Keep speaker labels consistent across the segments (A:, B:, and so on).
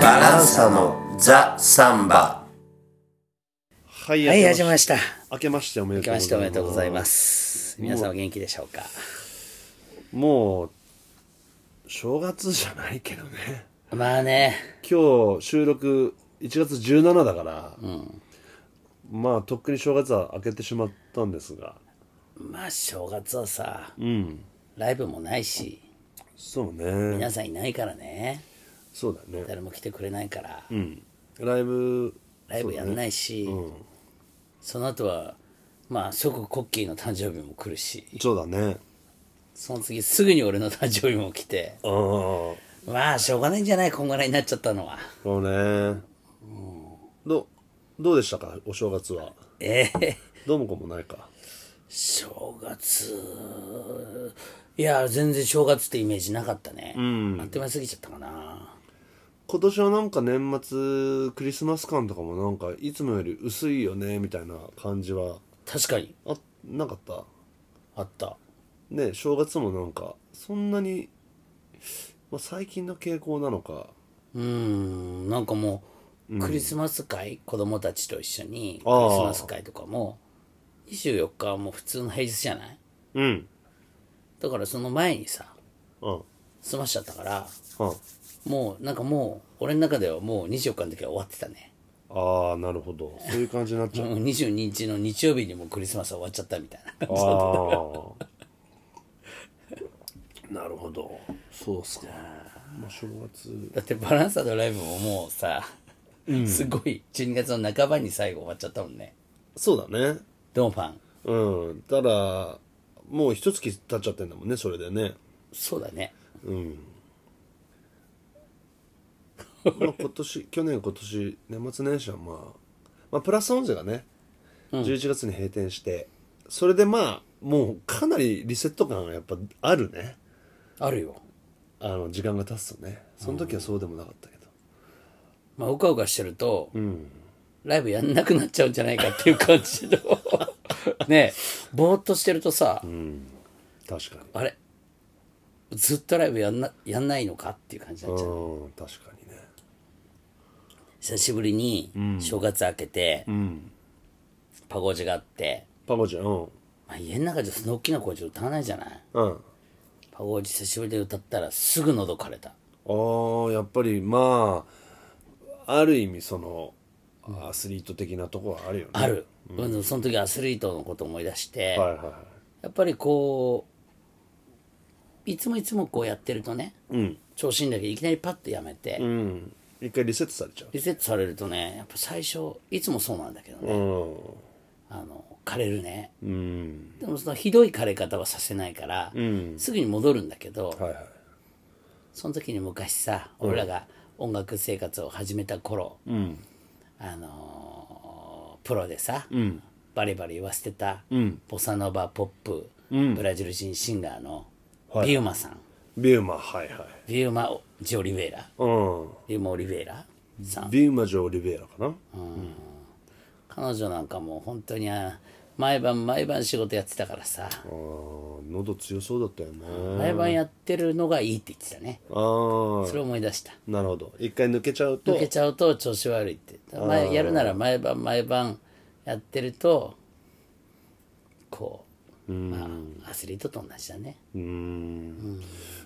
A: バランサのザ・サンバ
B: はい、
C: はい、
B: 明
C: 始まりました。
B: 明けましておめで
C: 明け
B: とう
C: ま
B: ご
C: し
B: ざいます。。
C: ておめでとうございますす。皆さんお元気でしょうか。
B: もう、正月じゃないけどね。
C: まあね、
B: 今日収録1月17だから、まあとっくに正月は明けてしまったんですが、
C: まあ正月はさ、
B: うん。
C: ライブもないし、
B: そうね。
C: 皆さんいないからね、
B: そうだね。
C: 誰も来てくれないから、
B: うん。ライブ、
C: ライブやんないし、そ,、の後は、まあ即コッキーの誕生日も来るし、
B: そうだね。
C: その次すぐに俺の誕生日も来て、
B: ああ、そ
C: まあしょうがないんじゃない、こんがらいになっちゃったのは。
B: うね。どう、どうでしたかお正月は。
C: ええ
B: どうもこうもないか。
C: 正月いや全然正月ってイメージなかったね、あっという間に過ぎちゃったかな
B: 今年はなんか年末クリスマス感とかもなんかいつもより薄いよねみたいな感じは
C: 確かに
B: あなかった
C: あった
B: ね正月もなんかそんなに、まあ、最近の傾向なのか
C: うーんなんかもうクリスマス会、子供たちと一緒にク
B: あー
C: リスマス会とかも24日はもう普通の平日じゃない
B: うん
C: だからその前にさ
B: うんうん
C: 済ましちゃったからもうなんかもう俺の中ではもう24日の時は終わってたね
B: ああなるほどそういう感じになっちゃう
C: もう22日の日曜日にもうクリスマスは終わっちゃったみたいな
B: ああ なるほどそうっすか、まあ、正月
C: だってバランサードライブももうさ、すごい12月の半ばに最後終わっちゃったもんね
B: そうだね
C: ドンファン
B: うんただもう一月経っちゃってんだもんねそれでね
C: そうだね
B: まあ今年去年今年年末年始はまあ、まあ、プラスオンズがね、11月に閉店してそれでまあもうかなりリセット感がやっぱあるね
C: あるよ
B: あの時間が経つとねその時はそうでもなかったけど、
C: まあうかうかしてると、ライブやんなくなっちゃうんじゃないかっていう感じ のねえぼーっとしてるとさ、
B: 確かに
C: あれずっとライブやんなやんないのかっていう感じになっちゃう、
B: うん確かにね
C: 久しぶりに正月明けて、パゴジがあって、
B: パコちゃんうん
C: まあ、家の中でその大きな声じゃ歌わないじゃない
B: うん
C: パゴジ久しぶりで歌ったらすぐ喉枯れた
B: ああやっぱりまあある意味そのアスリート的なとこはあるよね
C: ある、うんその時アスリートのことを思い出して、
B: はいはいはい
C: やっぱりこういつもいつもこうやってるとね、調子いいんだけどいきなりパッとやめて、
B: うん一回リセットされちゃう
C: リセットされるとねやっぱ最初いつもそうなんだけどね、あの枯れるね、でもそのひどい枯れ方はさせないから、すぐに戻るんだけど、
B: はいはい
C: その時に昔さ俺らが音楽生活を始めた頃、あのープロでさ、バリバリ言わせてた、ボサノバポップ、ブラジル人シンガーの
B: はい
C: ビウマさん、
B: ビウマはいはい
C: ビウマ・ジオリベイラ
B: う
C: ビウマ・オリベイラさん
B: んビウマジョリベイラかな
C: 彼女なんかもう本当にあ毎晩毎晩仕事やってたからさ、
B: あー喉強そうだったよね
C: 毎晩やってるのがいいって言ってたね、
B: あー
C: それを思い出した
B: なるほど一回抜けちゃうと
C: 抜けちゃうと調子悪いって前やるなら毎晩毎晩やってるとこうまあアスリートと同じだね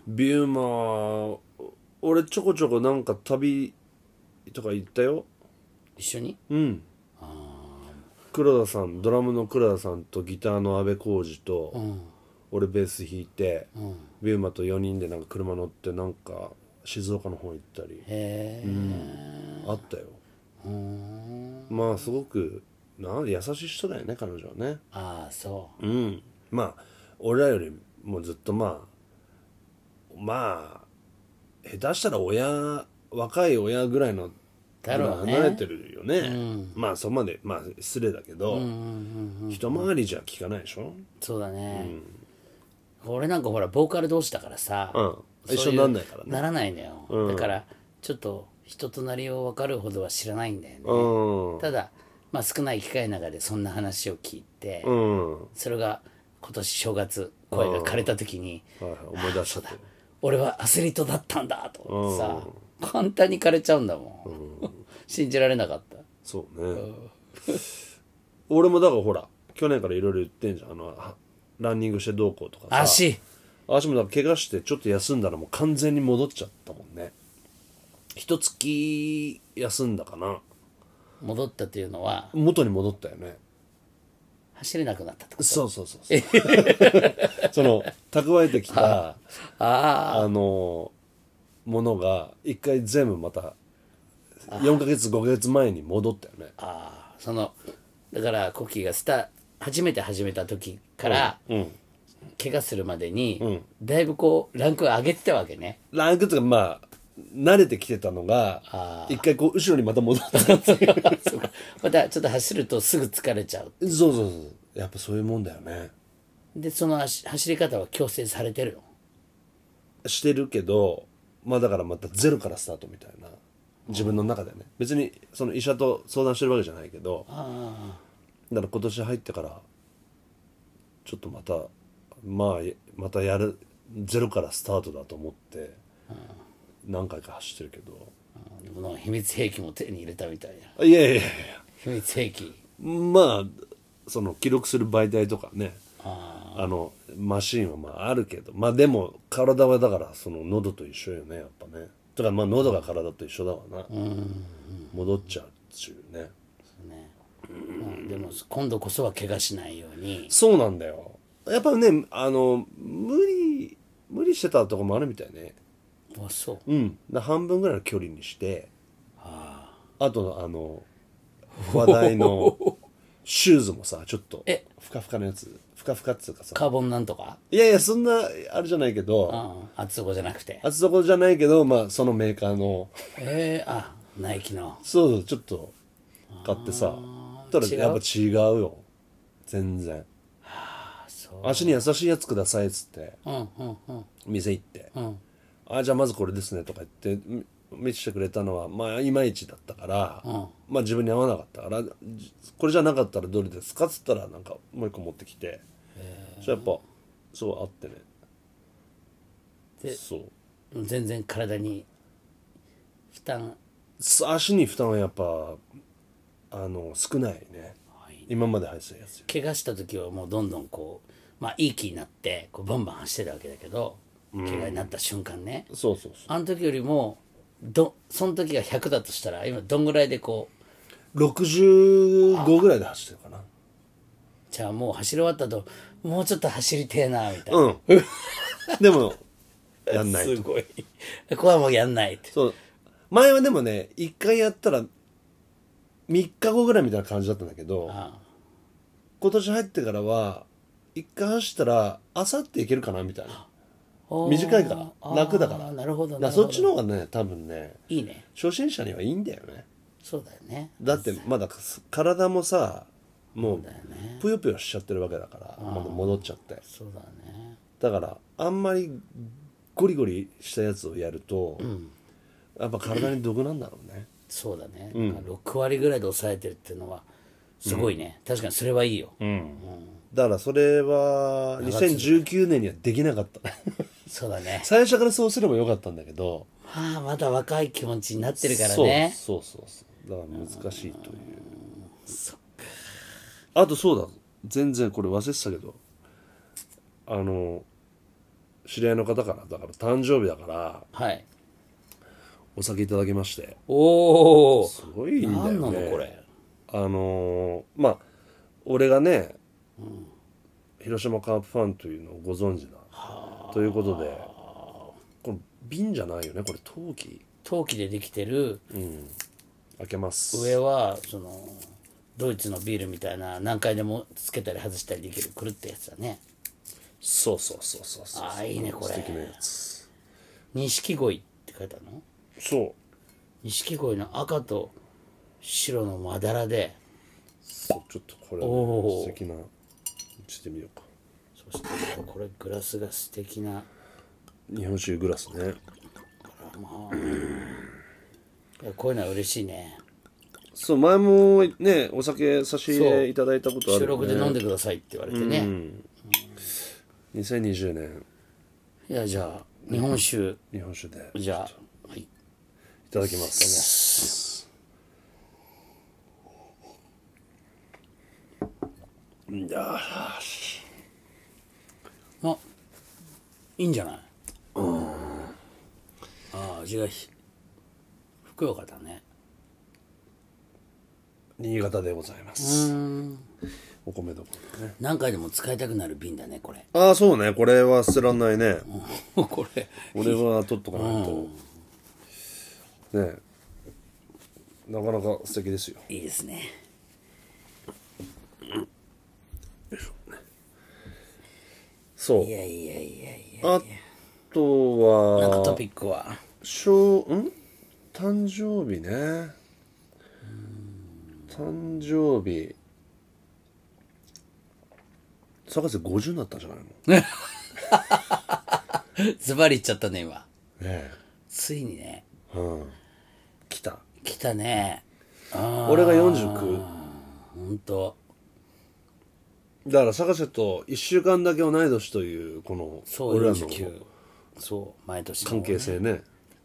B: ビウマ俺ちょこちょこなんか旅とか行ったよ
C: 一緒に
B: 黒田さんドラムの黒田さんとギターの阿部浩二と、俺ベース弾いて、ビウマと4人でなんか車乗ってなんか静岡の方行ったり
C: へえ、
B: あったよまあすごくなん優しい人だよね彼女はね
C: ああそう
B: うんまあ俺らよりもずっとまあまあ下手したら親若い親ぐらいの
C: だろうね
B: 離れてるよね、まあそこまでまあ失礼だけど、一回りじゃ聞かないでしょ
C: そうだね、俺なんかほらボーカル同士だからさ、
B: うん
C: そう
B: 一緒
C: う
B: になんないからね
C: ならないのよ、だからちょっと人となりを分かるほどは知らないんだよね、
B: うん
C: ただまあ、少ない機会の中でそんな話を聞いて、
B: うん。
C: それが今年正月声が枯れた時に、
B: はいはい思い出 したと。
C: 俺はアスリートだったんだと思ってさ、簡単に枯れちゃうんだもん、 信じられなかった
B: そうね。俺もだからほら、去年からいろいろ言ってんじゃん。あの、はランニングしてどうこうとかさ。
C: 足
B: 足もだから怪我してちょっと休んだらもう完全に戻っちゃったもんね。一月休んだかな。
C: 戻ったというのは
B: 元に戻ったよね。
C: 走れなくなったとか
B: そうそうそうそう。 その、蓄えてきた、
C: ああ
B: あの、ものが、一回全部また、4ヶ月、5ヶ月前に戻ったよね。
C: ああそのだからコッキーがスタ初めて始めた時から、怪我するまでに、だいぶこうランクを上げてたわけね
B: ランクとか、まあ、慣れてきてたのが、一回こう、後ろにまた戻った。 そう
C: そうかそうかまたちょっと走るとすぐ疲れちゃう
B: そうそう。やっぱそういうもんだよね。
C: でその走走り方は強制されてるの
B: してるけど、まあだからまたゼロからスタートみたいな。自分の中でね。別に、その医者と相談してるわけじゃないけど、だから今年入ってから、ちょっとまた、まあ、またやる、ゼロからスタートだと思って、何回か走ってるけど。
C: あのこの秘密兵器も手に入れたみたいない
B: やいやいやいや。
C: 秘密兵器
B: まあその記録する媒体とかねあのマシンはまああるけどまあでも体はだからその喉と一緒よねやっぱねだからまあ喉が体と一緒だわな、戻っちゃうっちゅうね
C: ね、うん、でも今度こそは怪我しないように
B: そうなんだよやっぱねあの無理無理してたとこもあるみたいね
C: あそう
B: うんだ半分ぐらいの距離にしてあとあの話題 のシューズもさちょっと
C: え
B: ふかふかのやつふかふかっつうかさ
C: カーボンなんとか
B: いやいや、そんな、あれじゃないけ
C: う
B: ど、
C: ん厚底じゃなくて
B: 厚底じゃないけど、まあ、そのメーカーの、
C: ええあナイキの
B: そうそう、ちょっと、買ってさ、たら
C: 違う
B: やっぱ違うよ。全然。
C: そう
B: 足に優しいやつください、っつって、
C: うんうんうん
B: 店行って。
C: うん
B: あ、じゃあまずこれですね、とか言って、み見せてくれたのは、まあ、いまいちだったから、まあ自分に合わなかったから、じこれじゃなかったらどれですかっつったら、なんか、もう一個持ってきて、じゃやっぱ、そう、あってね。そう。
C: 全然体に負担
B: す足に負担はやっぱあの少ないね、今まで入ってたやつよ
C: 怪我した時はもうどんどんこうまあいい気になってこうバンバン走ってたわけだけど、怪我になった瞬間ね
B: そうそうそ
C: あの時よりもどその時が100だとしたら今どんぐらいでこう
B: う65ぐらいで走ってるかな
C: じゃあもう走り終わったともうちょっと走りてえなみたいな、
B: うん でもやんない
C: す
B: と
C: ごいここはもうやんないって
B: そう前はでもね一回やったら3日後ぐらいみたいな感じだったんだけど
C: あ
B: 今年入ってからは一回走ったらあさっていけるかなみたいな
C: おー
B: 短いから楽だか
C: あ
B: ら
C: ーなるほど
B: だ
C: な
B: から
C: る
B: そ
C: ほど
B: っちの方がね多分ね
C: いいね
B: 初心者にはいいんだよね
C: そうだよね
B: だってまだ体もさもうぷよぷよしちゃってるわけだからまだ戻っちゃって
C: そうだね
B: だからあんまりゴリゴリしたやつをやると、やっぱ体に毒なんだろうね、
C: そうだね、6割ぐらいで抑えてるっていうのはすごいね、確かにそれはいいよ、
B: だからそれは2019年にはできなかった
C: そうだね
B: 最初からそうすればよかったんだけど
C: まあまだ若い気持ちになってるからね
B: そうそうそうそうだから難しいというあとそうだ全然これ忘れてたけどあの知り合いの方からだから誕生日だから
C: はい
B: お酒いただきまして
C: おお
B: すごいんだよ、ね、
C: 何なのこれ
B: あのーまあ俺がね、広島カープファンというのをご存知なということでこれ瓶じゃないよねこれ陶器
C: 陶器でできてる
B: 開けます
C: 上はそのドイツのビールみたいな何回でもつけたり外したりできるくるってやつだね
B: そうそうそうそうそう
C: あーいいねこれ
B: 素敵なやつ
C: 錦鯉って書いてあるの
B: そう
C: 錦鯉の赤と白のまだらで
B: そうちょっとこれ、
C: おー
B: ね、素敵なしてみようか
C: そしてこれグラスが素敵な
B: 日本酒グラスね
C: こういうのは嬉しいね
B: そう前もねお酒差し入れいただいたことある
C: 収
B: よね
C: 録で飲んでくださいって言われてね、
B: 2020年
C: いやじゃあ日本酒、
B: 日本酒で
C: じゃあ、はい、
B: いただきますいや
C: あいいんじゃないああ味がひふくよかだね
B: 新潟でございますお米どころね
C: 何回でも使いたくなる瓶だねこれ
B: ああそうねこれは捨てらんないね
C: これ
B: 俺は取っとかないとねえなかなか素敵ですよ
C: いいですね
B: そう
C: いやいやいやいや
B: あと
C: なんか
B: は
C: トピックは
B: 小ん誕生日ね誕生日坂井さん50になったんじゃないのね
C: ズバリ言っちゃったね今
B: え
C: ついにね
B: うん来た
C: 来たね
B: 俺が49
C: ほんと
B: だから坂瀬と1週間だけ同い年というこの
C: そう
B: 俺らの
C: 49そう毎年の
B: 関係性ね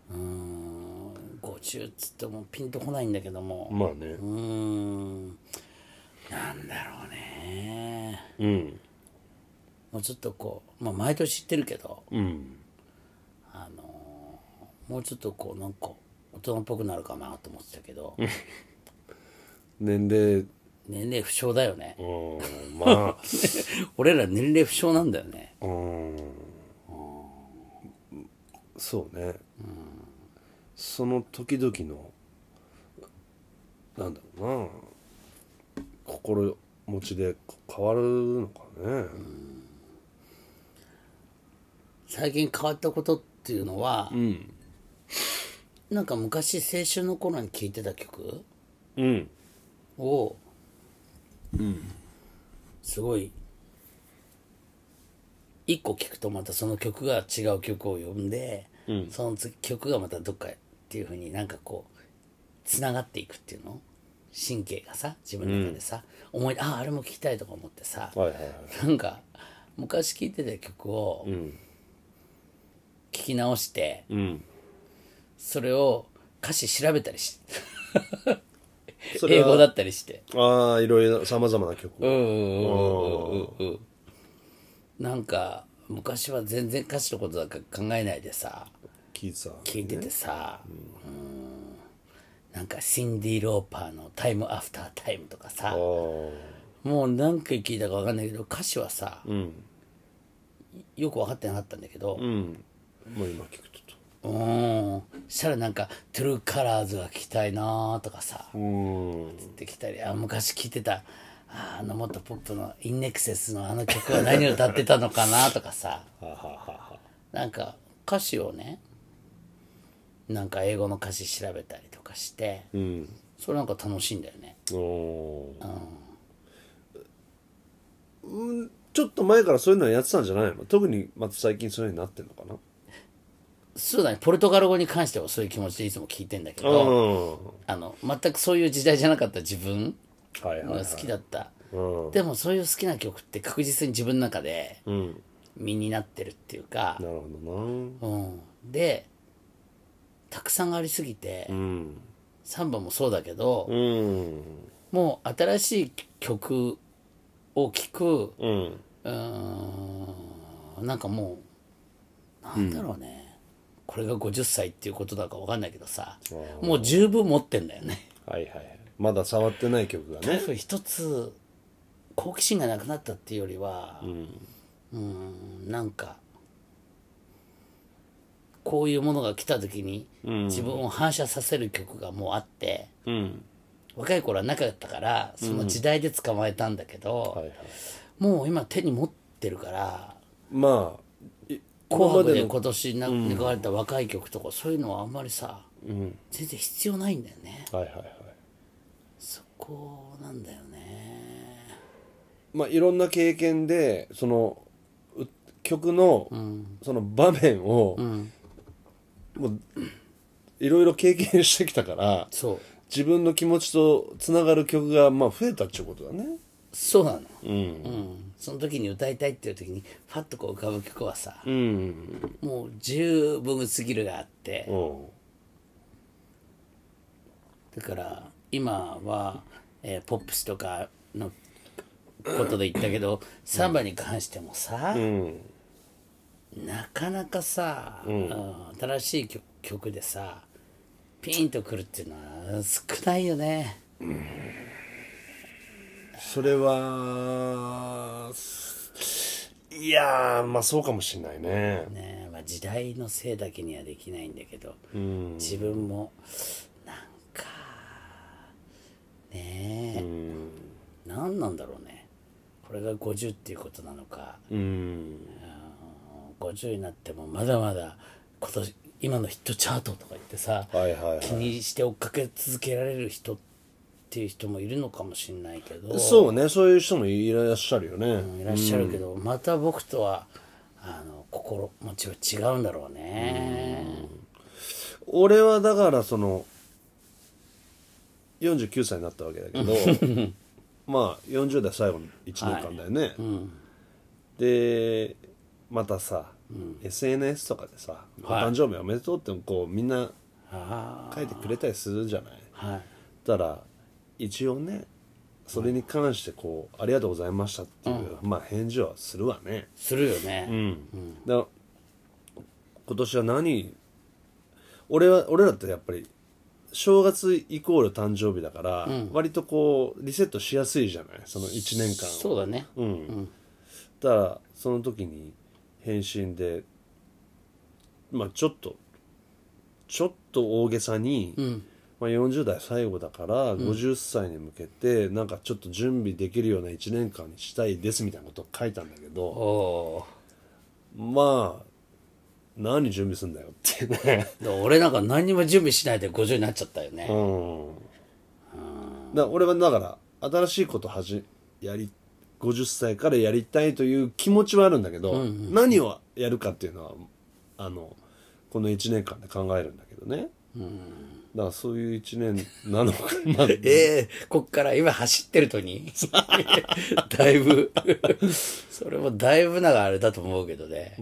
C: うーん50っつってもピンとこないんだけども、
B: まあね
C: うーんなんだろうね
B: うん
C: もうちょっとこう、まあ、毎年知ってるけど
B: うん
C: あのーもうちょっとこうなんか大人っぽくなるかなと思ってたけど
B: 年齢
C: 年齢不詳だよね
B: うんまあ
C: 俺ら年齢不詳なんだよね
B: うんそうね、その時々のなんだろうな心持ちで変わるのかね、
C: 最近変わったことっていうのは、なんか昔青春の頃に聴いてた曲
B: うん
C: を、すごい一個聴くとまたその曲が違う曲を呼んで、その次曲がまたどっかっていうふうになんかこうつながっていくっていうの神経がさ自分の中でさ、思いあああれも聴きたいとか思ってさ、
B: はいはいはい
C: なんか昔聴いてた曲を聴き直して、
B: うん
C: それを歌詞調べたりし
B: それ
C: 英
B: は
C: 語だったりして
B: ああいろいろさまざまな曲
C: うんうんうんうんうんなんか昔は全然歌詞のことなんか考えないでさ
B: 聴いてた
C: 聞いててさ、うんなんかシンディ・ローパーの「タイム・アフター・タイム」とかさ
B: あー
C: もう何回聞いたか分かんないけど歌詞はさ、よく分かってなかったんだけど、
B: もう今聞くとと
C: うんしたらなんか「トゥルーカラーズが聞きたいな」とかさつってきたりあ昔聴いてたああのもっとポップのインネクセスのあの曲は何を歌ってたのかなとかさなんか歌詞をねなんか英語の歌詞調べたりとかして、それなんか楽しいんだよね
B: おーうんちょっと前からそういうのはやってたんじゃないの特にまた最近そういうのになってんのかな
C: そうだねポルトガル語に関してはそういう気持ちでいつも聞いてんだけ
B: う
C: ど
B: ん
C: あの全くそういう時代じゃなかった自分
B: はいはい、は
C: が
B: い、
C: 好きだった、
B: うん
C: でもそういう好きな曲って確実に自分の中で
B: うん
C: 身になってるっていうか
B: な、るほどな
C: うん、でたくさんありすぎて、
B: うん
C: サンバもそうだけど、
B: うん
C: もう新しい曲を聴く
B: うん
C: うーんなんかもうなんだろうね、これが50歳っていうことだかわかんないけどさもう十分持ってんだよね。
B: はいはいはいまだ触ってない曲が
C: 多
B: ね
C: 分一つ好奇心がなくなったっていうよりはうんなんかこういうものが来た時に自分を反射させる曲がもうあって、
B: うん
C: 若い頃はなかったからその時代で捕まえたんだけど、
B: はいはい
C: もう今手に持ってるから
B: まあい
C: 「紅白」
B: 今ま
C: で
B: の
C: 今年な流れた若い曲とかそういうのはあんまりさ、全然必要ないんだよね
B: はいはいはい
C: そこなんだよね
B: まあいろんな経験でそのう曲の、その場面を、もういろいろ経験してきたから
C: そう
B: 自分の気持ちとつながる曲がまあ増えたっちゅうことだね
C: そうなの、うんその時に歌いたいっていう時にファッとこう浮かぶ曲はさ、もう十分すぎるがあって、
B: お
C: だから今は、えーポップスとかのことで言ったけど、サンバに関してもさ、なかなかさ、うん新しい曲曲でさピンとくるっていうのは少ないよね
B: それはすいやーまあそうかもしれないね
C: ねえまあ、時代のせいだけにはできないんだけど、自分もなんかねえ、何なんだろうねこれが50っていうことなのか、
B: うん
C: あの50になってもまだまだ今年今のヒットチャートとか言ってさ、
B: はいはいはい
C: 気にして追っかけ続けられる人っていう人もいるのかもしれないけど
B: そうねそういう人もいらっしゃるよね、
C: いらっしゃるけど、また僕とはあの心持ちが違うんだろうね、
B: 俺はだからその49歳になったわけだけどまあ40代最後の1年間だよね、でまたさ、SNS とかでさ「お誕生日おめでとう」ってこうみんな
C: あ
B: 書いてくれたりするじゃない
C: あはい
B: だから一応ねそれに関してこう「ありがとうございました」っていう、まあ返事はするわね
C: するよね、
B: だから今年は何俺は俺らってやっぱり正月イコール誕生日だから、割とこうリセットしやすいじゃないその1年間
C: そうだね、
B: うん、だからその時に返信でまあちょっとちょっと大げさに、まあ、40代最後だから50歳に向けてなんかちょっと準備できるような1年間にしたいですみたいなことを書いたんだけど、
C: おお
B: まあ何準備すんだよっていう ね
C: ーだから俺なんか何にも準備しないで50になっちゃったよね、
B: うんだ俺はだから新しいことはじやり50歳からやりたいという気持ちはあるんだけど、何をやるかっていうのはあのこの1年間で考えるんだけどね、だからそういう1年なのか な
C: ええこっから今走ってる とにだいぶそれもだいぶながあれだと思うけどね、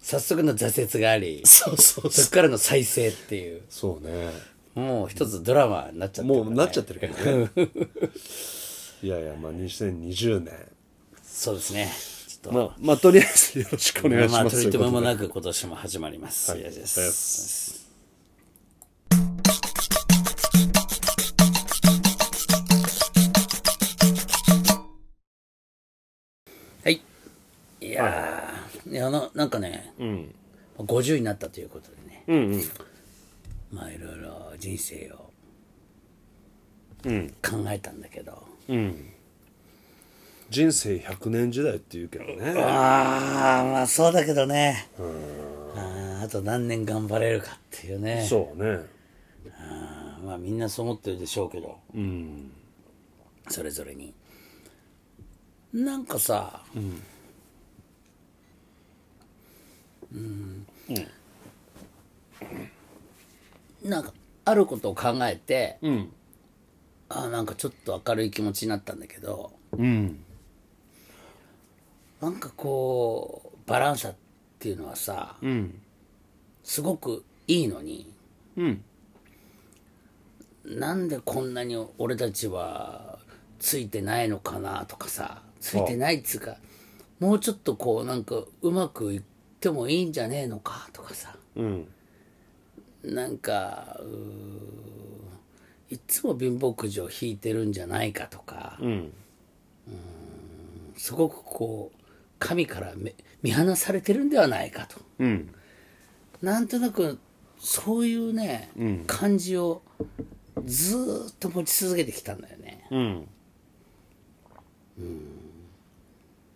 C: 早速の挫折があり
B: そうそう
C: そっからの再生っていう
B: そうね
C: もう一つドラマになっちゃってる
B: も
C: からね、
B: うなっちゃってるけどねいやいやまあ2020年
C: そうですねちょっと、
B: まあ、まあ、とりあえずよろしくお願いし
C: まあ
B: ます。
C: 取り留めも
B: ということで
C: なく今年も始まります、
B: はい
C: いやで
B: ありがとうございます
C: はいいやーいやあのなんかね、50になったということでね、まあいろいろ人生を考えたんだけど、
B: 人生100年時代って言うけどね
C: ああまあそうだけどねあーあと何年頑張れるかっていうね
B: そうね
C: あーまあみんなそう思ってるでしょうけど、それぞれになんかさうん、なんかあることを考えて、あーなんかちょっと明るい気持ちになったんだけど
B: うん
C: なんかこうバランサっていうのはさ、
B: うん
C: すごくいいのに
B: うん
C: なんでこんなに俺たちはついてないのかなとかさついてないっつうかもうちょっとこうなんかうまくいってもいいんじゃねえのかとかさ
B: うん
C: なんかうーいつも貧乏くじを引いてるんじゃないかとか、
B: うん
C: すごくこう神からめ見放されてるんではないかと
B: うん
C: なんとなくそういうね、感じをずーっと持ち続けてきたんだよね。
B: うん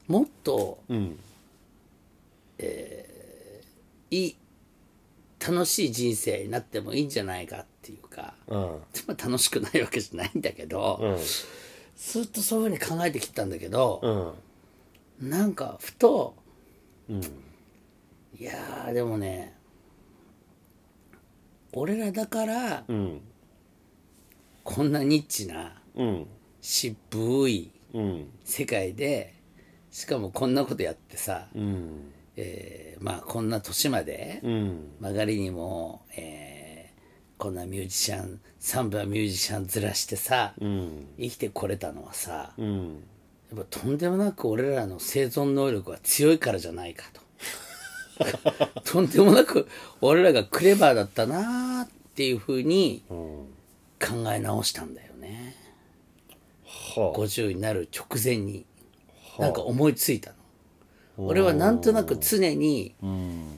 C: もっと、
B: ん
C: えーいい楽しい人生になってもいいんじゃないかっていうか、
B: うん
C: まあ楽しくないわけじゃないんだけど、ずっとそういうふうに考えてきたんだけど、
B: うん
C: なんかふと、いやーでもね俺らだから
B: うん
C: こんなニッチな
B: うん
C: 渋い
B: うん
C: 世界でしかもこんなことやってさ、
B: うん
C: えーまあこんな年まで、
B: うん
C: 曲がりにも、えーこんなミュージシャンサンバミュージシャンずらしてさ、
B: うん
C: 生きてこれたのはさ、
B: うん
C: やっぱとんでもなく俺らの生存能力は強いからじゃないかと とんでもなく俺らがクレバーだったなーっていうふうに
B: うん
C: 考え直したんだよね
B: は
C: 50になる直前になんか思いついたの俺はなんとなく常に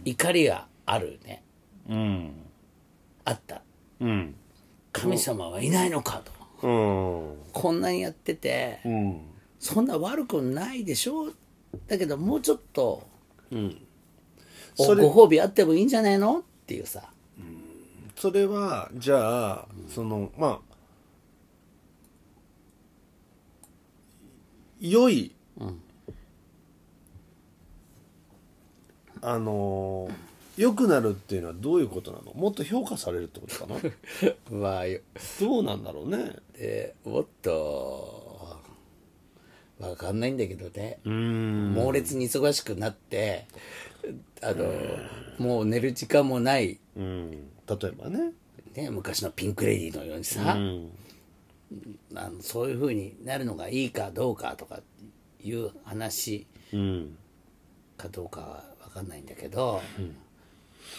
C: 怒りがあるね
B: あうん
C: あった
B: うん
C: 神様はいないのかと
B: うん
C: こんなにやってて
B: うん
C: そんな悪くないでしょだけどもうちょっと、お
B: それ
C: ご褒美あってもいいんじゃないのっていうさ
B: それはじゃあそのまあ良い、あのー良くなるっていうのはどういうことなのもっと評価されるってことか な
C: まあよ
B: どうなんだろうね
C: でもっとわかんないんだけどね、
B: うん
C: 猛烈に忙しくなってあの、もう寝る時間もない、
B: うん例えばね
C: ね、昔のピンク・レディーのようにさ、
B: うん
C: あのそういうふうになるのがいいかどうかとかいう話
B: うん
C: かどうかは分かんないんだけど、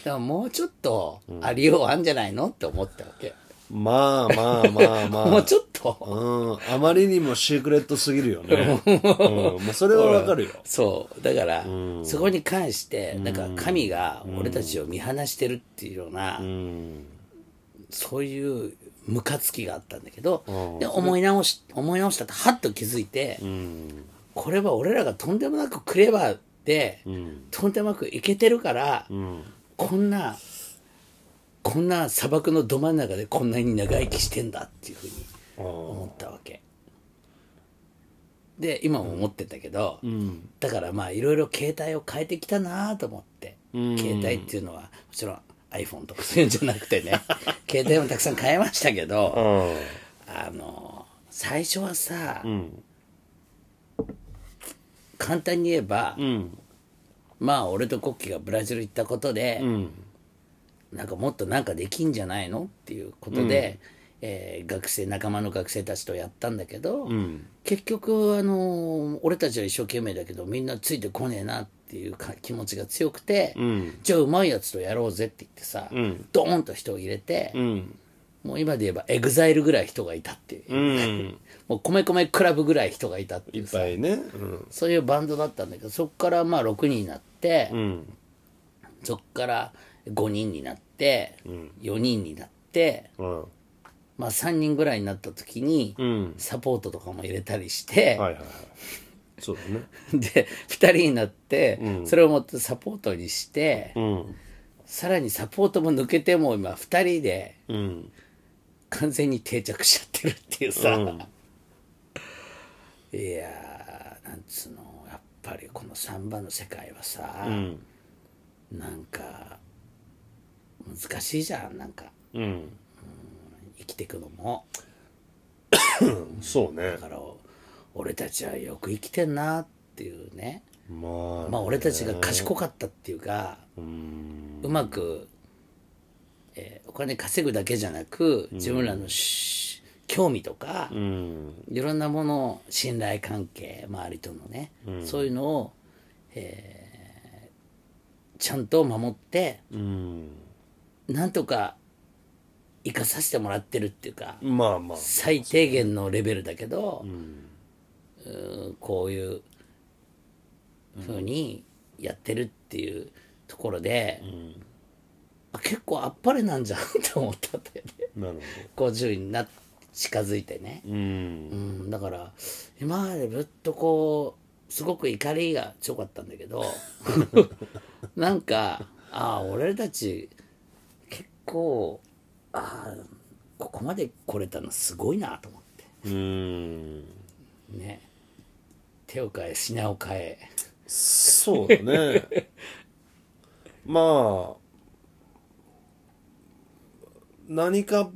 C: でももうちょっとありようあんじゃないのって思ったわけ、
B: まあまあまあまあ
C: もうちょっと、
B: うん、あまりにもシークレットすぎるよ ね。うん、まあそれはわかるよ。
C: そうだから、そこに関してなんか神が俺たちを見放してるっていうような、
B: うん。
C: そういうムカつきがあったんだけど、で思い直し思い直したってハッと気づいて、
B: うん。
C: これは俺らがとんでもなくクレバーで、
B: うん。
C: とんでもなくいけてるから、
B: うん。
C: こんなこんな砂漠のど真ん中でこんなに長生きしてんだっていうふうに思ったわけで今も思ってたけど、
B: うん。
C: だからまあいろいろ携帯を変えてきたなと思って、
B: ん
C: 携帯っていうのはもちろん iPhone とかそういうんじゃなく てね携帯もたくさん変えましたけどあの最初はさ、
B: ん
C: 簡単に言えば、
B: うん。
C: まあ俺とコッキーがブラジル行ったことで、
B: うん。
C: なんかもっとなんかできんじゃないのっていうことで、えー学生仲間の学生たちとやったんだけど、
B: ん
C: 結局、あのー俺たちは一生懸命だけどみんなついてこねえなっていうか気持ちが強くて、
B: ん
C: じゃあうまいやつとやろうぜって言ってさ、ドーンと人を入れて、
B: うん。
C: もう今で言えばエグザイルぐらい人がいたっていう、
B: うん。
C: もう米米クラブぐらい人がいたって
B: い
C: い
B: っ
C: うさ
B: ぱいね。うん。
C: そういうバンドだったんだけどそこからまあ6人になって。
B: うん。
C: そっから5人になって、4人になって、
B: うん。
C: まあ3人ぐらいになった時に、
B: ん
C: サポートとかも入れたりして、
B: はいはいはい。そうだね。
C: で、2人になって、それをもってサポートにして、
B: うん。
C: さらにサポートも抜けても今2人で
B: うん。
C: 完全に定着しちゃってるっていうさ、いやー、なんつうの、やっぱりこのサンバの世界はさ、
B: ん
C: なんか、難しいじゃん、なんか。
B: うん。
C: 生きていくのも
B: そうね
C: だ。から俺たちはよく生きてんなっていうね
B: まあ。
C: まあ俺たちが賢かったっていうかうまく、えーお金稼ぐだけじゃなく自分らのし興味とか、
B: うん。
C: いろんなもの信頼関係周りとのね、そういうのを、えーちゃんと守って
B: うん。
C: なんとか生かさせてもらってるっていうか、
B: まあまあ。
C: 最低限のレベルだけど、うーんこういうふうにやってるっていうところで、あ結構あっぱれなんじゃんって思ったんだよね
B: なるほ
C: 50にな近づいてね、
B: ど。うん
C: う。ん、だから今までずっとこうすごく怒りが強かったんだけど なんかああ俺たち結構ああここまで来れたのすごいなと思って。
B: うん。
C: ね手を変え品を変え
B: そうだねまあ何かっ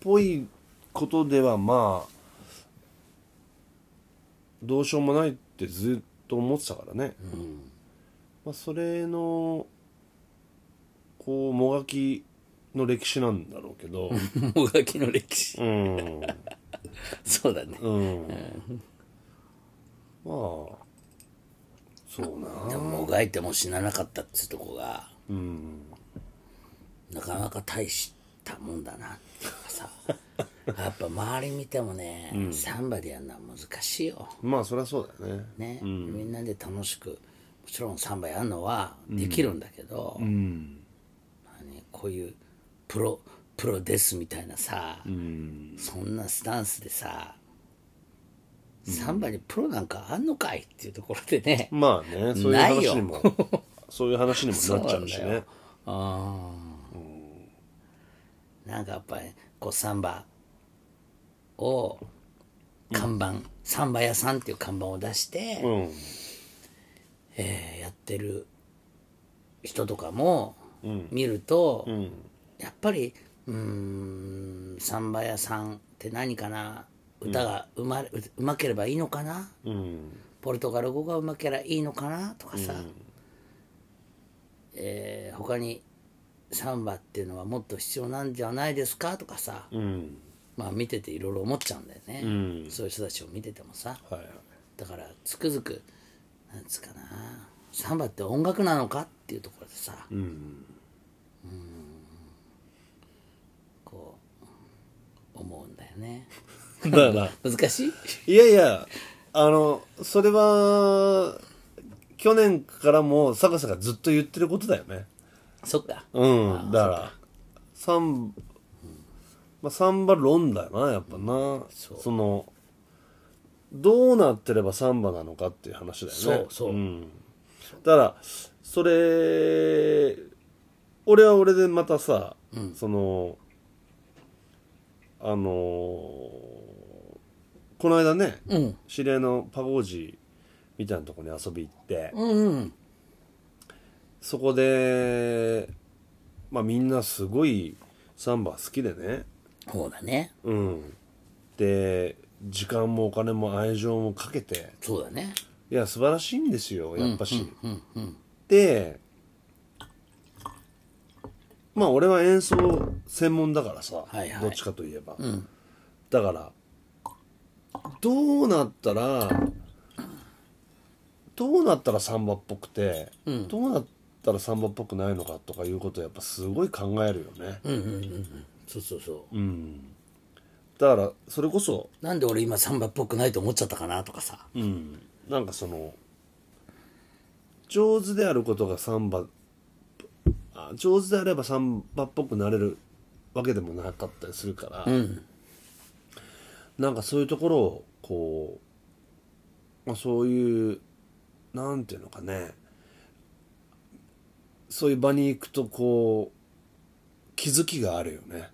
B: ぽいことではまあどうしようもないってずっと思ってたからね、まあ、それのこうもがきの歴史なんだろうけど
C: もがきの歴史。
B: うん
C: そうだね。
B: うんまあそうな
C: でももがいても死ななかったっつうとこが、なかなか大したもんだなっていうか さやっぱ周り見てもね、サンバでやるのは難しいよ、
B: まあそりゃそうだよね
C: ねみんなで楽しくもちろんサンバやるのはできるんだけど、まあね、こういうプロプロですみたいなさ、そんなスタンスでさサンバにプロなんかあんのかいっていうところでね、
B: まあねそういう
C: ないよ
B: 話にもそういう話にもなっちゃうし
C: そうなんだ
B: ね
C: よああなんかやっぱりこうサンバを看板、サンバ屋さんっていう看板を出して、
B: うん
C: えーやってる人とかも見ると、やっぱりうーんサンバ屋さんって何かな歌がうま,、ううまければいいのかな、
B: うん
C: ポルトガル語がうまけりゃいいのかなとかさ、えー他にサンバっていうのはもっと必要なんじゃないですかとかさ、
B: うん
C: まあ見てていろいろ思っちゃうんだよね、
B: ん
C: そういう人たちを見ててもさ
B: はいはい
C: だからつくづくなんつうかなサンバって音楽なのかっていうところでさ、
B: うん
C: こう思うんだよね
B: だから
C: 難しい
B: いやいや、あの、それは、去年からも坂瀬がずっと言ってることだよね。
C: そっか
B: うん、だから、サン、まあ、サンバ論だよな、やっぱな。その、どうなってればサンバなのかっていう話だよね。
C: そうそう
B: うん。だから、それ、俺は俺でまたさ、その、あのーこの間ね、
C: うん
B: 知り合いのパゴージみたいなとこに遊び行って、
C: うんうん
B: そこで、まあみんなすごいサンバ好きでね。
C: そうだね
B: うん。で、時間もお金も愛情もかけて、
C: そうだね
B: いや、素晴らしいんですよ、やっぱし。
C: うんうん
B: で、まあ俺は演奏専門だからさ、
C: はいはい
B: どっちかといえば。
C: ん
B: だから、どうなったら、どうなったらサンバっぽくて、
C: ん
B: どうなったらサンバっぽくないのかとかいうことをやっぱすごい考えるよね。
C: うんうんうんうんそうそうそう、
B: うん。だから、それこそ、
C: なんで俺今サンバっぽくないと思っちゃったかなとかさ
B: うん、なんかその上手であることがサンバあ上手であればサンバっぽくなれるわけでもなかったりするから、
C: うん
B: なんかそういうところをこう、まあ、そういうなんていうのかねそういう場に行くとこう気づきがあるよね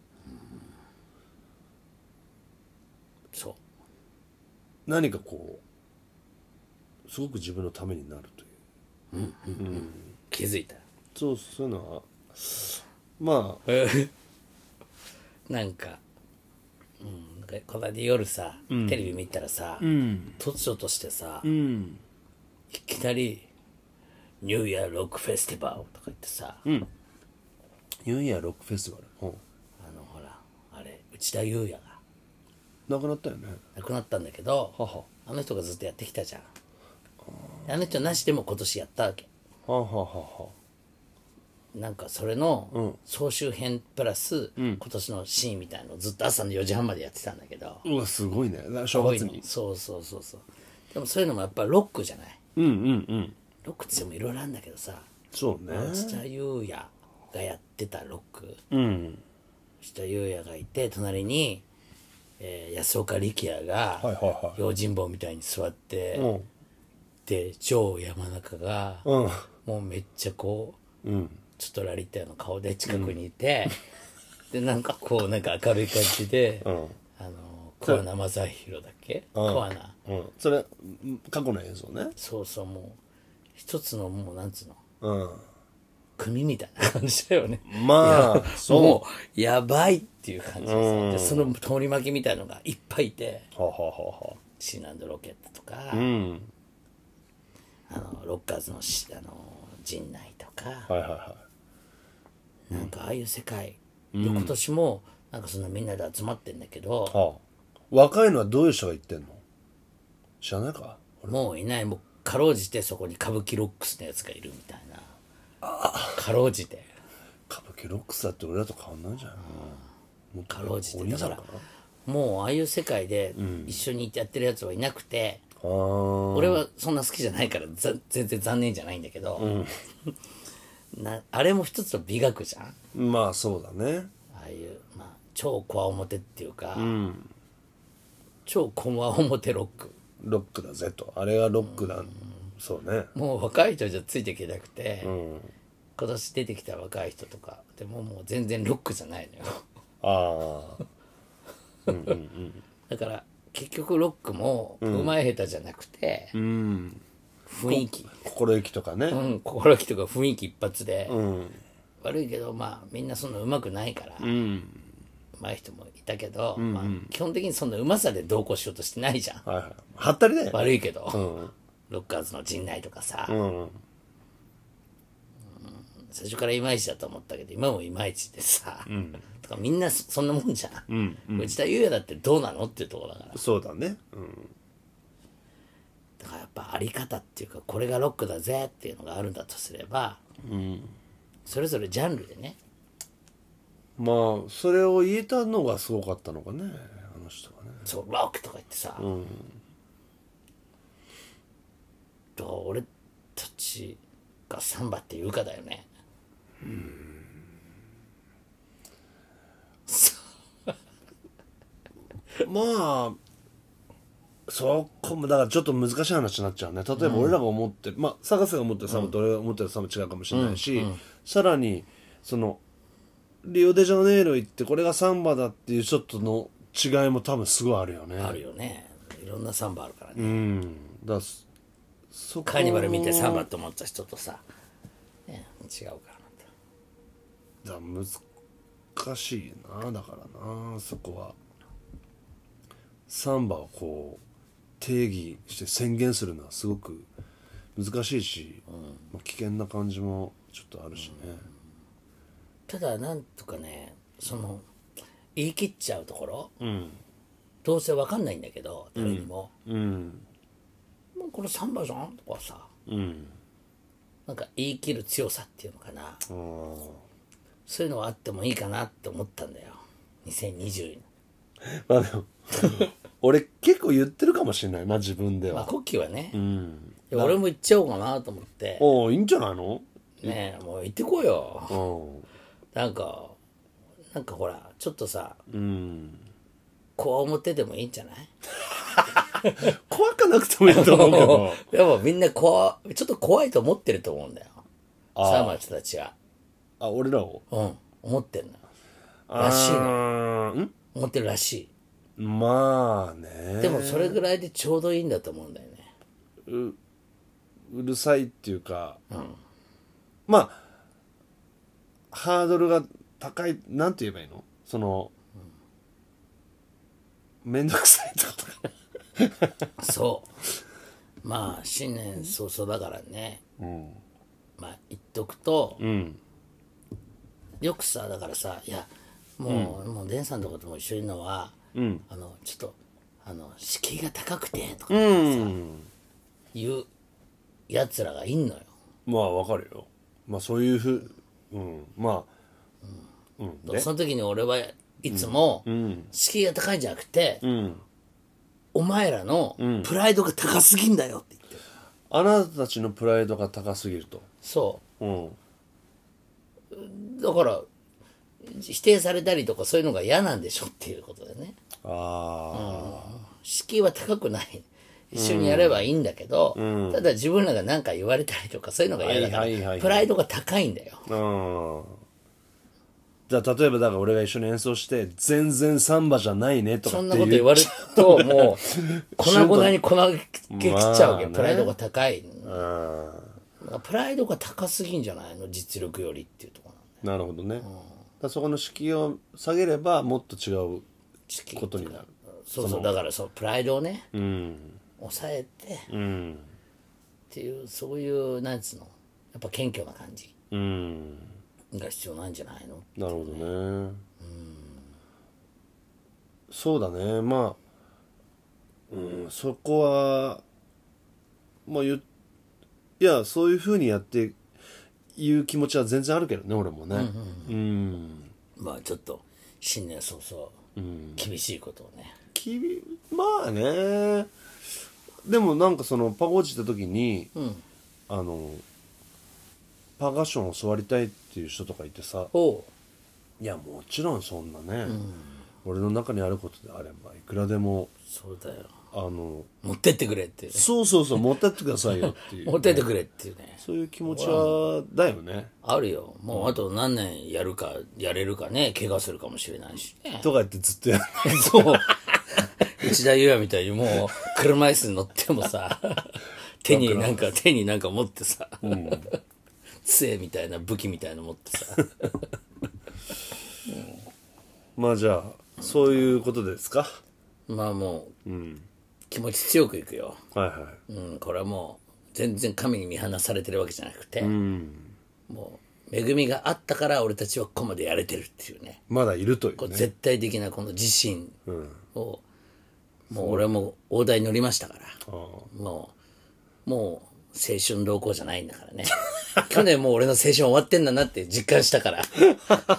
C: そう
B: 何かこうすごく自分のためになるという
C: 気づいた
B: そうそういうのはまあ
C: なんか、うん、なんかこの間夜さ、テレビ見たらさ、突如としてさ、いきなり「ニューイヤーロックフェスティバル」とか言ってさ、
B: ニューイヤーロックフェスティバル、
C: あのほらあれ内田裕也が
B: なくなったよね
C: 亡くなったんだけど
B: はは
C: あの人がずっとやってきたじゃんあの人なしでも今年やったわけ
B: はあはあは
C: なんかそれの総集編プラス、今年のシーンみたいのをずっと朝の4時半までやってたんだけど
B: あ、うわすごいね正月
C: こういう
B: に
C: のそうそうそうそうでもそういうのもやっぱロックじゃない
B: うんうんうん
C: ロックってでもいろいろあるんだけどさ
B: そうね
C: 内田裕也がやってたロック
B: うん
C: 内田裕也がいて隣に、えー安岡力也が
B: はいは
C: 用心棒みたいに座って、
B: いはい
C: で超山中が、
B: うんうん
C: もうめっちゃこう
B: うん
C: ちょっとラリったような顔で近くにいて、でなんかこうなんか明るい感じで、
B: ん
C: あの桑名正宏だっけ、桑名
B: うんそれん過去の映像ね
C: そうそうもう一つのもうなんつうの
B: うん
C: 組みたいな感じだよね。
B: まあそう
C: もう、やばいっていう感じですね。で、その通り巻きみたいのがいっぱいいて、
B: はははは
C: シーナンドロケットとか、
B: うん
C: あの、ロッカーズのし、あの、陣内とか、
B: はいはいは
C: なんかああいう世界。で今年も、なんかそのみんなで集まってんだけど、
B: いはあ若いのはどういう人が言ってんの知らないか
C: もういないもうかろうじてそこに歌舞伎ロックスのやつがいるみたいなかろうじて
B: 歌舞伎ロックスだって俺らと変わんないんじゃないもう
C: かろうじて
B: 鬼
C: だ
B: な
C: か
B: の
C: ら
B: かな
C: もうああいう世界で一緒にやってるやつはいなくて、
B: あー
C: 俺はそんな好きじゃないからざ全然残念じゃないんだけど、 なあれも一つの美学じゃんあ
B: まあそうだね
C: あいう、まあ、超こわ表っていうか、超こわ表ロック
B: ロックだぜとあれがロックだそうね
C: もう若い人じゃついていけなくて、今年出てきた若い人とかでももう全然ロックじゃないのよ
B: ああ
C: だから結局ロックも上手い下手じゃなくて、
B: うん
C: 雰囲気、
B: 心意気とかね、
C: うん、心意気とか雰囲気一発で、悪いけどまあみんなそんな上手くないから、上手い人もいたけど、まあ、基本的にそんな上手さで同行しようとしてないじゃん
B: はいはいはったりだよね
C: 悪いけど、ロッカーズの陣内とかさ、
B: うん
C: 最初からいまいちだと思ったけど今もいまいちでさ、とかみんなそそんなもんじゃん、内田裕也だってどうなのっていうところだから
B: そうだね、うん、
C: だからやっぱあり方っていうかこれがロックだぜっていうのがあるんだとすれば、それぞれジャンルでね
B: まあそれを言えたのがすごかったのかねあの人はね
C: そうロックとか言ってさ、だから俺たちがサンバっていうかだよね
B: まあそこもだからちょっと難しい話になっちゃうね例えば俺らが思ってる、まあ探せが思ってるサムと俺が思ってるサム違うかもしれないし、さらにそのリオデジャネイロ行ってこれがサンバだっていうちょっとの違いも多分すごいあるよね
C: あるよねいろんなサンバあるから
B: う
C: ね、
B: んだからそそこ
C: カーニバル見てサンバと思った人とさ、ね、違うからまた
B: だ難しいなだからなそこはサンバをこう定義して宣言するのはすごく難しいし、まあ、危険な感じもちょっとあるしね、
C: ただなんとかねその言い切っちゃうところ、どうせわかんないんだけど誰にも「もうこれサンバじゃん?」とかさ、なんか言い切る強さっていうのかなそういうのはあってもいいかなって思ったんだよ2020
B: まあでも 俺結構言ってるかもしれないまあ自分で
C: まあ
B: は、
C: コッキーはね、
B: うん、
C: いや俺も行っちゃおうかなと思って
B: おーいいんじゃないの
C: ねえもう行ってこいよ
B: う
C: なんかなんかほらちょっとさ
B: ん、うん、
C: こわ表でもいいんじゃない
B: 怖くなくてもいいと思うけ ど
C: でもみんな怖ちょっと怖いと思ってると思うんだよ
B: あー
C: サーマの人たちは
B: あ俺らを
C: うん思ってるのよらしい
B: あ
C: の
B: ーん
C: 思ってるらし
B: まあ
C: い
B: ね
C: でもそれぐらいでちょうどいいんだと思うんだよね
B: うるさいっていうか、まあハードルが高いなんて言えばいいのその面倒、くさいってことか
C: そう まあ新年早々だからね、まあ言っとくと、
B: ん
C: よくさだからさいやもう、もうデンさんとかとも一緒にいるのは、あのちょっとあの敷居が高くてとか
B: うん
C: いうやつらがいんのよ
B: まあわかるよまあそういうふううんまあうん、で
C: その時に俺はいつも、敷居が高いんじゃなくて、
B: ん
C: お前らのプライドが高すぎんだよって言ってる、
B: あなたたちのプライドが高すぎると
C: そ
B: うん
C: うだから否定されたりとかそういうのが嫌なんでしょっていうことでね
B: あ
C: 敷居は高くない一緒にやればいいんだけど、ただ自分らが何か言われたりとかそういうのが嫌だから、
B: はいはいはいはい
C: プライドが高いんだよ
B: あうんじゃあ例えばだから俺が一緒に演奏して全然サンバじゃないねとか
C: そ
B: っ
C: ん
B: て
C: なこと
B: 言
C: 言
B: う
C: われるともう粉々に粉け切っちゃうわ
B: ま
C: け、
B: あね
C: プライドが高い、
B: うん
C: なんかプライドが高すぎんじゃないの実力よりっていうところなんだよ
B: なるほどね、だからそこの敷居を下げればもっと違うことになる
C: そうそうだからそうプライドをね
B: うん
C: 抑えてっ
B: うん
C: ていうそういうなんつうのやっぱ謙虚な感じ
B: うん
C: が必要なんじゃないの
B: なるほどね、そうだねまあ、うん、そこはまあ言ういやそういうふうにやって言う気持ちは全然あるけどね俺もねうん
C: まあちょっと新年早々、厳しいことをね
B: きびまあねでもなんかそのパゴージ行った時に、あのパーカッションを教わりたいっていう人とかいてさ
C: おう
B: いやもちろんそんなね、俺の中にあることであればいくらでも
C: そうだよ
B: あの
C: 持ってってくれっていうね
B: そうそうそう持ってってくださいよっていう
C: 持ってってくれっていうね
B: そういう気持ちはだよね
C: あるよもうあと何年やるかやれるかね怪我するかもしれないしね
B: とか言ってずっとやる
C: そう内田裕也みたいにもう車椅子に乗っても さ手になんか手になんか持ってさ、 杖みたいな武器みたいなの持ってさ
B: まあじゃあそういうことですか
C: まあもう、気持ち強くいくよ、
B: はいはい
C: うん、これはもう全然神に見放されてるわけじゃなくて、
B: うん
C: もう恵みがあったから俺たちはここまでやれてるっていうね
B: まだいるとい
C: こ
B: う
C: う
B: ね
C: 絶対的なこの自信を、もう俺はもう大台乗りましたからもうもう青春同行じゃないんだ からね去年もう俺の青春終わってんだなって実感したから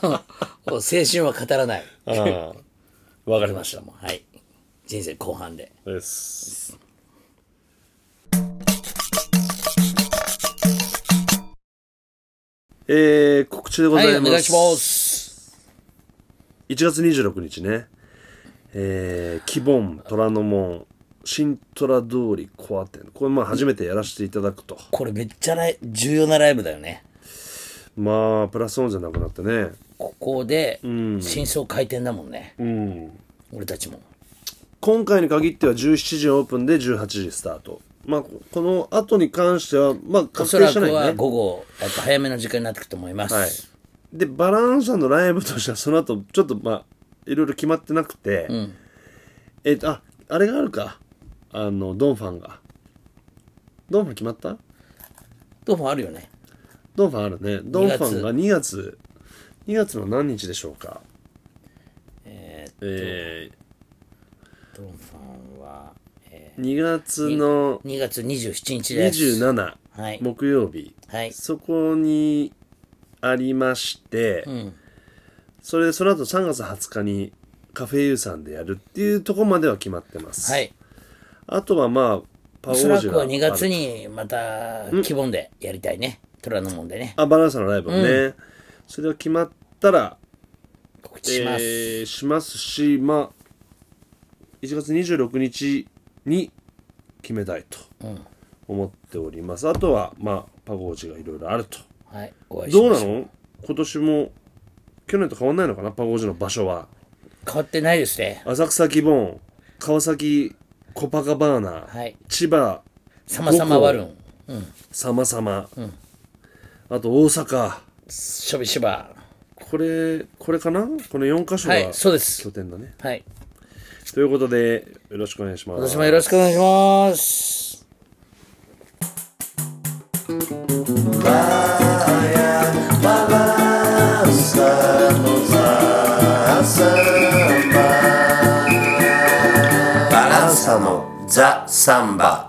C: もう青春は語らない
B: ああ わかりま
C: ま
B: し
C: したもんはい人生後半で
B: たですえー、告知でござ
C: はい
B: ま
C: いお
B: す、
C: 願いします
B: 1月26日ね、えー、キボン、虎ノ門、新虎通りコア店。これまあ初めてやらせていただくと。
C: これめっちゃライ重要なライブだよね
B: まあ、プラスオンじゃなくなってね。
C: ここで真相回転だもんね、俺たちも
B: 今回に限っては17時オープンで18時スタート。まあ、ここの後に関しては、まあ、
C: お
B: 確
C: そら
B: 定し
C: く
B: てないね。
C: は午後やっぱ早めの時間になってくると思います、
B: はい、でバランサのライブとしてはその後ちょっとまあいろいろ決まってなくて、えっとああれがあるかあのドンファンがドンファン決まった
C: どうもあるよね
B: ドンファンあるねドンファンが2月2月の何日でしょうか
C: え
B: え
C: ー、ドンファンは、え
B: ー、2月の
C: ー、2月27日です
B: 27
C: はい
B: 木曜日、
C: はい
B: そこにありまして、それでその後3月20日にカフェユーさんでやるっていうところまでは決まってます、
C: はい
B: あとはまあ、パ
C: お
B: オ
C: そ
B: ー
C: ら
B: ジ
C: く
B: ュ
C: は2月にまた希望でやりたいね虎ノ門でね
B: あ、バランサのライブをね。それが決まったら、
C: 告知します、
B: えーしますし、まあ、1月26日に決めたいと思っております。あとは、まあ、パゴージがいろいろあると。
C: はいお会いし
B: どう
C: ま
B: な
C: しょう
B: の今年も、去年と変わんないのかなパゴージの場所は。
C: 変わってないですね
B: 浅草キボン、川崎コパカバーナ、
C: はい
B: 千葉、
C: さまさまワルン
B: さまさま、あと大阪、
C: しょびしば
B: これ、これかなこの4箇所
C: はい
B: が
C: そうです
B: 拠点だね。
C: はい
B: ということで、よろしくお願いします。
C: 私もよろしくお願いします
A: バランサのザ・サンバ